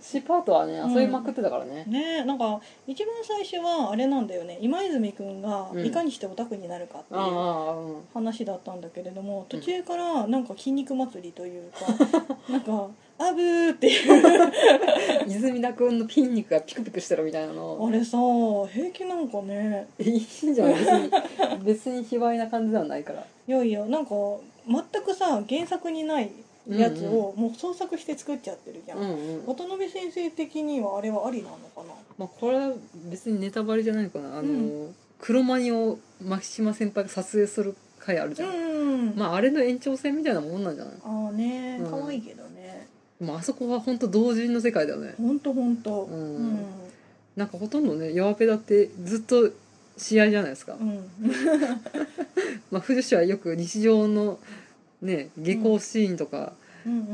S1: シパートはね遊びまくってたからね、
S2: ねえなんか一番最初はあれなんだよね今泉くんが
S1: うん
S2: いかにしてオタクになるかってい
S1: あ
S2: う
S1: あうん
S2: 話だったんだけれども途中からなんか筋肉祭りという か、なんか「アブー」っていう
S1: 泉田くんの筋肉がピクピクしてるみたいな
S2: あ
S1: の
S2: れさ平気なんかね
S1: いいんじゃない別に別に卑猥な感じではないから
S2: いやいやなんか全くさ原作にないやつをもう創作して作っちゃってるじゃ
S1: うんうん
S2: 渡辺先生的にはあれはありなのかな
S1: まあ、これは別にネタバレじゃないかなあの、黒マニを牧島先輩が撮影する回あるじゃん、
S2: ん、
S1: まああれの延長線みたいなもんなんじゃない
S2: ああね
S1: うん
S2: 可愛いけどね、
S1: まああそこは本当同人の世界だよね
S2: 本当本当
S1: う
S2: うんん
S1: なんかほとんどね弱ペダってずっと試合じゃないですか、
S2: うん
S1: まあ、フルシはよく日常のね下校シーンとか、
S2: うん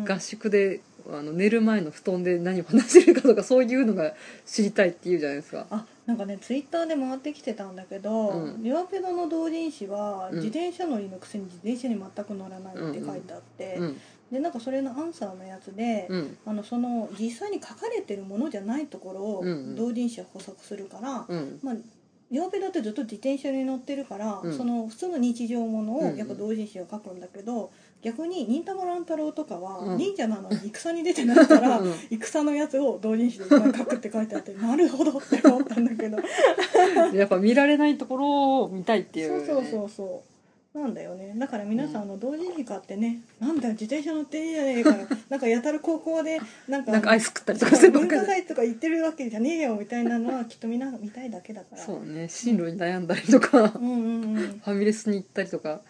S1: 合宿であの寝る前の布団で何を話してるかとかそういうのが知りたいって言うじゃないですか
S2: あなんかねツイッターで回ってきてたんだけど、
S1: うん
S2: リアペドの同人誌は、
S1: うん
S2: 自転車乗りのくせに自転車に全く乗らないって書いてあって、
S1: うん
S2: でなんかそれのアンサーのやつで、
S1: うん
S2: あのその実際に書かれてるものじゃないところを
S1: うんうん
S2: 同人誌は補足するから、
S1: うん
S2: まあ曜日だってずっと自転車に乗ってるから、
S1: うん
S2: その普通の日常もの
S1: うんう
S2: を
S1: ん
S2: やっぱ同人誌は書くんだけど、逆に忍たま乱太郎とかは、
S1: うん
S2: 忍者なのに戦に出てない から
S1: うん
S2: 戦のやつを同人誌でいっぱい書くって書い てあってなるほどって思ったんだけど
S1: やっぱ見られないところを見たいっていう、ね、
S2: そうそうそうそうなんだよねだから皆さん、あの同人誌買ってねなんだよ自転車乗っていいじゃねえか よなんかやたら高校でなんか
S1: なんかアイス食ったりとかするばっ
S2: 文
S1: かり
S2: 化祭とか行ってるわけじゃねえよみたいなの はきっとみんな見たいだけだから
S1: そうね進路に悩んだりとか、フ
S2: うんうんうん
S1: ァミレスに行ったりとか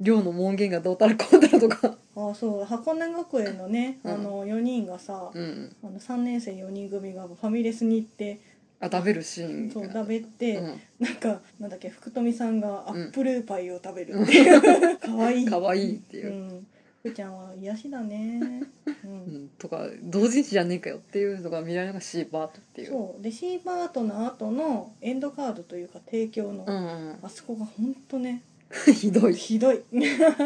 S1: 寮の門限がどうたらこうたらとか
S2: ああそう箱根学園のね、
S1: うん
S2: あの4人がさ、
S1: うん
S2: あの3年生4人組がファミレスに行って
S1: あ食べるシーン
S2: そう
S1: が
S2: 食べて、なんかなんだっけ福富さんがアップルパイを食べるって いう、かわい
S1: うん、
S2: い
S1: かわいいっていう
S2: う、ん、ふーちゃんは癒しだね、う、
S1: うんん、とか同人誌じゃねえかよっていうのが見られるのがシーバートっていう
S2: そうでシーバートの後のエンドカードというか提供の、
S1: ん うん
S2: あそこがほんとね
S1: ひどい
S2: ひどい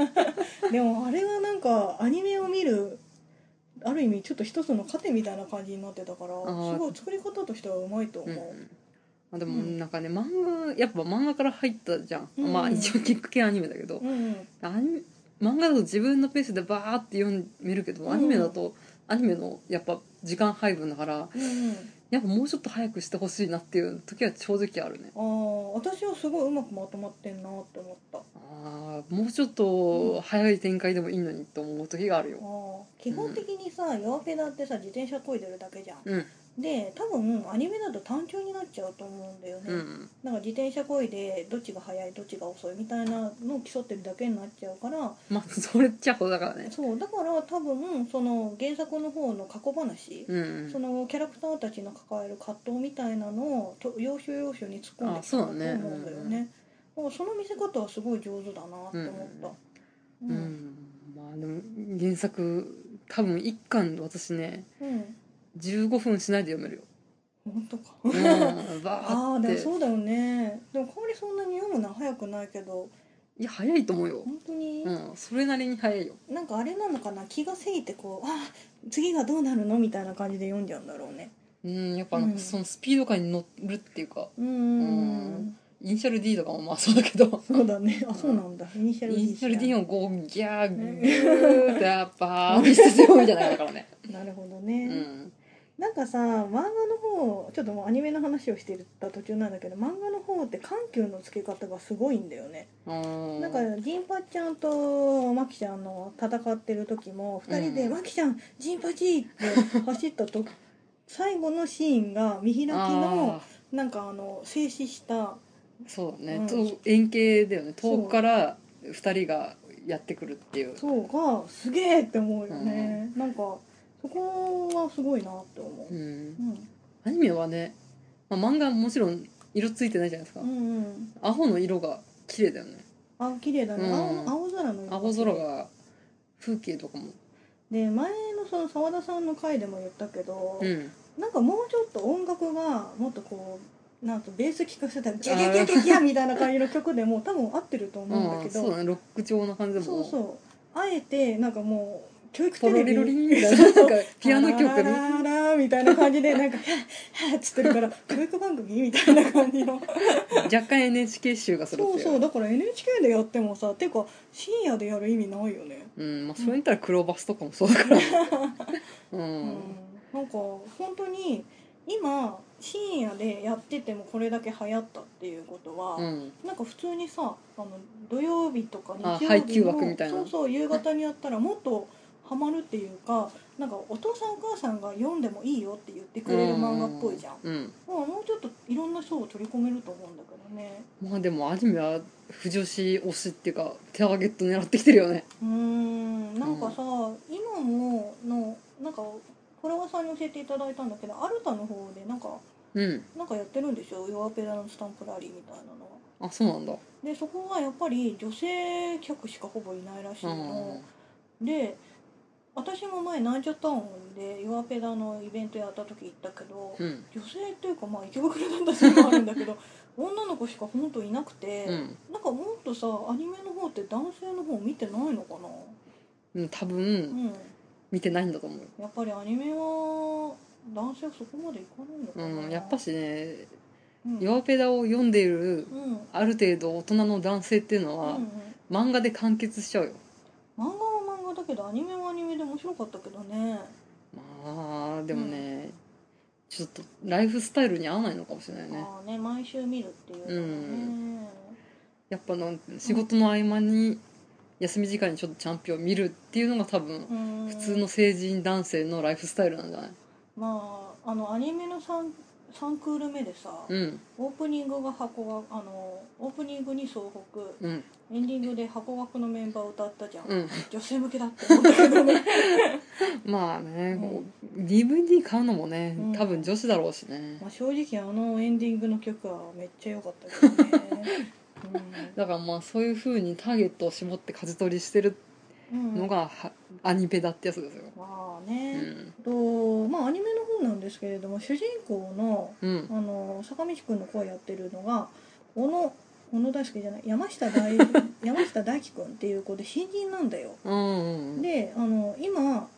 S2: でもあれはなんかアニメを見るある意味ちょっと一つの糧みたいな感じになってたから
S1: ー
S2: すごい作り方としてはうまいと思う、
S1: あで
S2: う
S1: も
S2: ん
S1: なんかね漫画やっぱ漫画から入ったじゃん、
S2: うん
S1: まあ一応キック系アニメだけど、
S2: うんうん
S1: アニメ漫画だと自分のペースでバーって読めるけど
S2: うん
S1: アニメだとアニメのやっぱ時間配分だから
S2: うん
S1: やっぱもうちょっと早くしてほしいなっていう時は正直あるね
S2: うん、ああ私はすごいうまくまとまってんなって思ったあ
S1: あーもうちょっと早い展開でもいいのにと思う時があるよ
S2: ー基本的にさ「弱ペダ」ってさ自転車こいでるだけじゃん
S1: うん
S2: で多分アニメだと単調になっちゃうと思うんだよね、
S1: うん
S2: なんか自転車こいでどっちが速いどっちが遅いみたいなのを競ってるだけになっちゃうから
S1: まあそれっちゃほだからね
S2: そうだから多分その原作の方の過去話、
S1: うん
S2: そのキャラクターたちの抱える葛藤みたいなのをと要所要所に突っ込んできたなと思うんだよ
S1: あそうだねうん
S2: ね。もうその見せ方はすごい上手だなって思った。
S1: うん、うん、まあでも原作多分一巻私ね
S2: うん、うん
S1: 15分しないで読めるよ
S2: 本当か。
S1: うんバ
S2: ああ
S1: ー
S2: ー
S1: っ
S2: でも
S1: て
S2: そうだよね。でも香りそんなに読むのは早くないけど
S1: いや早いと思うよ、
S2: 本当に、
S1: うん、それなりに早いよ
S2: なんかあれなのかな気がせいてこうあー次がどうなるのみたいな感じで読んじゃうんだろうね。
S1: うんやっぱなん
S2: う
S1: か
S2: ん
S1: そのスピード感に乗るっていうか、
S2: うー
S1: うん
S2: ん。
S1: イニシャル D とかもまあそうだけど
S2: そうだね。あそうなんだ。イニシャル
S1: イ
S2: D
S1: ニシャル D をこうギャー
S2: ね
S1: ギューってやっ ぱ見せて読むじゃないだからね、
S2: なるほど
S1: う
S2: ね。
S1: ん、
S2: なんかさ漫画の方ちょっともうアニメの話をしてた途中なんだけど漫画の方って緩急のつけ方がすごいんだよね、
S1: うん
S2: なんかジンパちゃんとマキちゃんの戦ってる時も2人で「
S1: うん
S2: マキちゃんジンパチ!」って走ったと最後のシーンが見開きの
S1: あ
S2: なんかあの静止した
S1: ーそうだね、
S2: うん
S1: と円形だよね遠くから二人がやってくるっていう
S2: そうがすげえって思うよね、なんかそこはすごいなって思
S1: う
S2: う、
S1: ん、
S2: うん、
S1: アニメはね、まあ、漫画はもちろん色ついてないじゃないですか、
S2: うんうん
S1: アホの色が綺麗だよね
S2: あ綺麗だね、
S1: うん
S2: 青青空の色
S1: 青空が風景とかも、
S2: で前のその澤田さんの回でも言ったけど、
S1: うん、
S2: なんかもうちょっと音楽がもっとこうなんとベース聴かせたらギャギャギャギャギャみたいな感じの曲でも多分合ってると思うんだけど
S1: そうだねロック調な感じでも
S2: そうそうあえてなんかもう教育
S1: ポ
S2: テ
S1: ロ
S2: レ
S1: リロリ
S2: ビ
S1: ンみたいななんかピアノ曲
S2: ララ
S1: に
S2: ララみたいな感じでなんか「はぁはぁっつってるから教育番組みたいな感じの
S1: 若干 NHK 集がするって
S2: そ
S1: いう
S2: うそうだから NHK でやってもさていうか深夜でやる意味ないよね
S1: うんまあ、それ言ったら黒バスとかもそうだ から、うん
S2: なんか本当に今深夜でやっててもこれだけ流行ったっていうことは、
S1: うん
S2: なんか普通にさあの土曜日とか日曜
S1: あ
S2: 日の
S1: 配給枠みたいな
S2: そうそう夕方にやったらもっとハマるっていうかなんかお父さんお母さんが読んでもいいよって言ってくれる漫画っぽいじゃん、
S1: うん
S2: もうもうちょっといろんな層を取り込めると思うんだけどね
S1: まあでもアニメは不女子推しっていうかターゲット狙ってきてるよね
S2: うーんなんかさ、今ものなんかフォロワーさんに教えていただいたんだけどアルタの方でなんか
S1: うん
S2: なんかやってるんですよ弱ペダのスタンプラリーみたいなのは。
S1: あそうなんだ
S2: でそこはやっぱり女性客しかほぼいないらしいの、で私も前ナイジャタウンで弱ペダのイベントやった時行ったけど、
S1: うん
S2: 女性っていうかまあ池袋だったせいもあるんだけ ど女の子しかほんといなくて、
S1: うん
S2: なんかもっとさアニメの方って男性の方見てないのかな
S1: うん多
S2: う
S1: 分
S2: ん
S1: 見てないんだと思う
S2: やっぱりアニメは男性はそこまでいかないのかな、
S1: うんやっぱしね
S2: うん、
S1: 弱ペダを読んでいる
S2: うん、うん
S1: ある程度大人の男性っていうの
S2: うん
S1: は漫画で完結しちゃうよ
S2: 漫画は漫画だけどアニメはアニメで面白かったけどね
S1: まあでもねちょっとライフスタイルに合わないのかもしれないね
S2: ああね毎週見るっていうのがね、
S1: やっぱなん仕事の合間に休み時間にちょっとチャンピオン見るっていうのが多分
S2: うん
S1: 普通の成人男性のライフスタイルなんじゃない
S2: まああのアニメの 3, 三クール目でさ、
S1: うん
S2: オープニングが箱があのオープニングに総北
S1: うん
S2: エンディングで箱枠のメンバーを歌ったじゃん、
S1: うん
S2: 女性向けだって思ったけどね
S1: まあね、
S2: うん
S1: こう DVD 買うのもね、
S2: うん
S1: 多分女子だろうしね、
S2: まあ正直あのエンディングの曲はめっちゃ良かったけど ね、
S1: だからまあそういう風にターゲットを絞って舵取りしてる
S2: うんうん
S1: のが、はアニペダってやつですよ
S2: まあ
S1: う
S2: ね、
S1: ん
S2: とまあアニメの方なんですけれども主人公の
S1: うん
S2: あの坂道くんの声やってるのが小野小野大輔じゃない山下大 山下大輝くんっていう子で新人なんだよ。
S1: うんうん
S2: であの今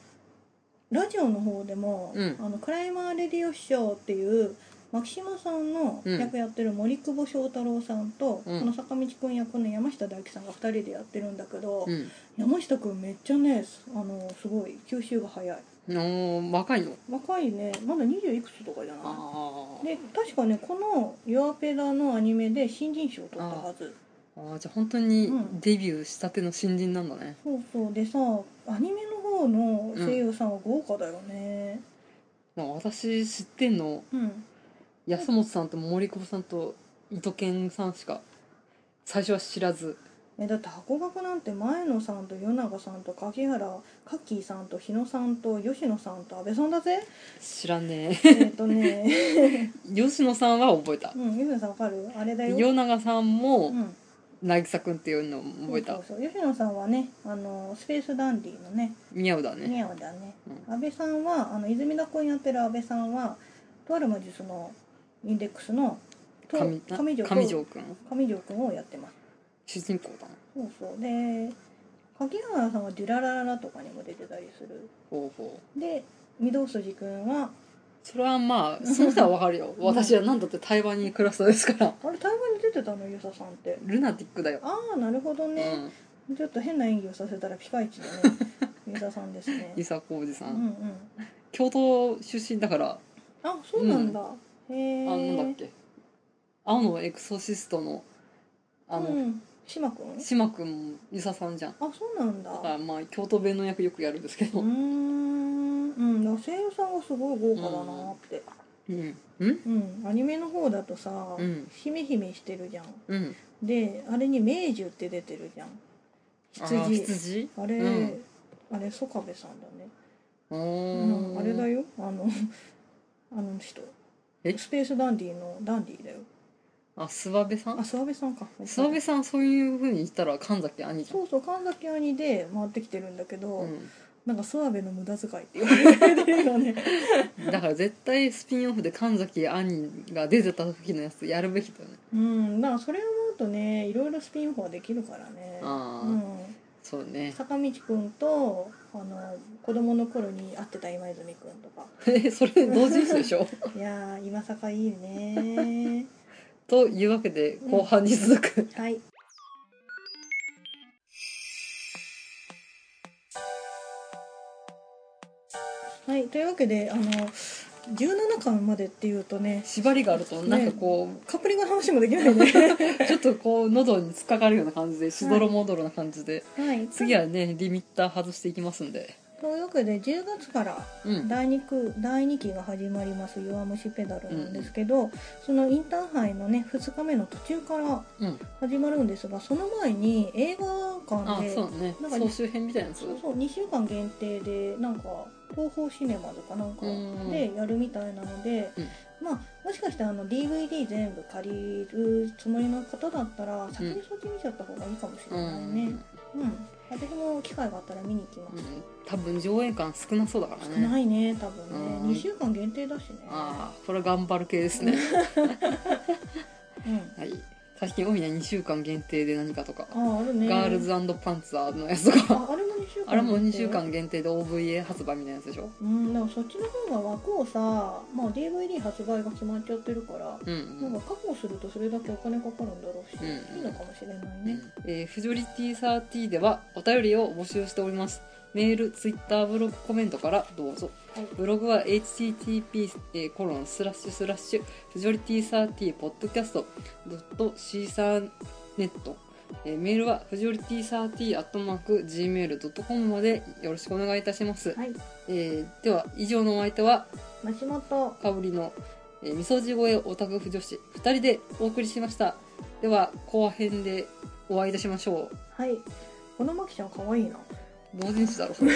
S2: ラジオの方でも、
S1: うん
S2: あのクライマーレディオ師匠っていう牧島さんの
S1: うん
S2: 役やってる森久保祥太郎さんと、
S1: うん
S2: この坂道くん役の山下大輝さんが2人でやってるんだけど、
S1: うん
S2: 山下くんめっちゃねあのすごい吸収が早い
S1: おー若いの
S2: 若いねまだ20いくつとかじゃない
S1: あー
S2: で確かねこの「ヨアペダ」のアニメで新人賞を取ったはず
S1: あーじゃあ本当に
S2: うん
S1: デビューしたての新人なんだね、
S2: そうそうでさアニメの方の声優さんは豪華だよね
S1: なんか私知ってんの
S2: うん
S1: 安本さんと森久保さんと糸健さんしか最初は知らず
S2: えだって箱学なんて前野さんと与永さんと柿原カッキーさんと日野さんと吉野さんと安倍さんだ ぜ
S1: 知らねえ
S2: えっとね、
S1: 吉野さんは覚えた
S2: うん、吉野さんわかるあれだよ
S1: 与永さんも
S2: うん、
S1: 渚くんっていうのも覚えた
S2: そうそうそう吉野さんはねあのスペースダンディのね
S1: 似合うだね
S2: 似合うだね、
S1: う
S2: 安倍さんはあの泉田君やってる安倍さんはとある魔術のインデックスのと
S1: 上
S2: 上条
S1: 上
S2: 君
S1: 条くん
S2: 上条君をやってます
S1: 主人公だな
S2: そうそうで萩原さんは「デュララララ」とかにも出てたりする
S1: ほうほう
S2: で御堂筋君は
S1: それはまあその人はわかるよ私は何だって台湾に暮らすですから
S2: あれ台湾に出てたの遊佐さんって
S1: ルナティックだよ、
S2: ああなるほどね、ちょっと変な演技をさせたらピカイチだね 遊佐さんですね
S1: うん伊佐浩二さ、
S2: うんんうん
S1: 京都出身だから
S2: あそうなんだ、へ
S1: あ
S2: え
S1: なんだっけ青のエクソシストのあ
S2: う
S1: の、
S2: ん、島君
S1: 島くんも伊佐さんじゃん
S2: あそうなん
S1: だからまあ京都弁の役よくやるんですけど
S2: うーん、うん、だから声優さんがすごい豪華だなーって、
S1: うんうん
S2: うんアニメの方だとさ、
S1: うん
S2: ひめひめしてるじゃん
S1: うん
S2: であれに明治って出てるじゃん
S1: あー
S2: 羊
S1: 羊
S2: あれ、
S1: うん
S2: あれ曽我部さんだね、
S1: う
S2: うん
S1: ん
S2: あれだよあの あの人
S1: え
S2: スペースダンディのダンディだよ
S1: あ諏訪部さん
S2: あ諏訪部さんか
S1: 諏訪部さんそういう風に言ったら神崎兄じゃん
S2: そうそう神崎兄で回ってきてるんだけど、
S1: う
S2: なんか諏訪部の無駄遣いって言われてるよね
S1: ん、だから絶対スピンオフで神崎兄が出てた時のやつやるべきだよね
S2: うんだからそれを思うとねいろいろスピンオフはできるからね
S1: ああ、
S2: うん
S1: そうね
S2: 坂道くんとあの子供の頃に会ってた今泉くんとか
S1: えそれ同人誌でしょ
S2: いやー今坂いいね
S1: というわけで後半に続く、
S2: はいはいというわけであの17巻までっていうとね
S1: 縛りがあるとなんかこ
S2: カップリングの話もできないね
S1: う、ちょっとこう喉に突っかかるような感じでしどろもどろな感じで、
S2: はい
S1: 次はねリミッター外していきますんで
S2: というわけで10月から
S1: うん
S2: 第 2, 区第2期が始まります「弱虫ペダル」なんですけど、そのインターハイのね2日目の途中から
S1: うん
S2: 始まるんですがその前に映画
S1: あ
S2: 館で
S1: そうだね
S2: なんか
S1: 総集編みたいなやつ
S2: そうそう2週間限定でなんか東宝シネマズかなんか
S1: うん
S2: でやるみたいなので、
S1: うん
S2: まあもしかしたらあの DVD 全部借りるつもりの方だったら先にそっち見ちゃった方がいいかもしれ
S1: う
S2: ないね
S1: ん
S2: うん、私も機会があったら見に行きま
S1: う
S2: す、
S1: ん多分上映感少なそうだから
S2: 少
S1: ね
S2: ないね多分ね、
S1: うん
S2: 2週間限定だしね
S1: ああこれは頑張る系ですね
S2: うん
S1: はい最近多いね2週間限定で何かとか
S2: ああるね
S1: ガールズパンツァーのやつとか
S2: ああれも2週間
S1: あれも2週間限定で OVA 発売みたいなやつでしょ
S2: うんでもそっちの方が枠をさまあ DVD 発売が決まっちゃってるから、
S1: うんうん
S2: なんか確保するとそれだけお金かかるんだろうし、
S1: うん
S2: いいのかもしれない
S1: ね
S2: ね、
S1: えーフジョリティサーティではお便りを募集しておりますメールツイッターブログコメントからどうぞ
S2: はい
S1: ブログは http えーコロンスラッシュスラッシュフジョリティサーティポッドキャストドットシーサーネットえーメールはフジョリティサーティアットマーク gmail.com までよろしくお願いいたします、
S2: はい
S1: えーでは以上のお相手は
S2: マシモと
S1: かぶりの、えー、みそじ越えオタク婦女子2人でお送りしましたでは後編でお会いいたしましょう
S2: はいこのマキちゃん可愛いな
S1: 同人誌だろこれ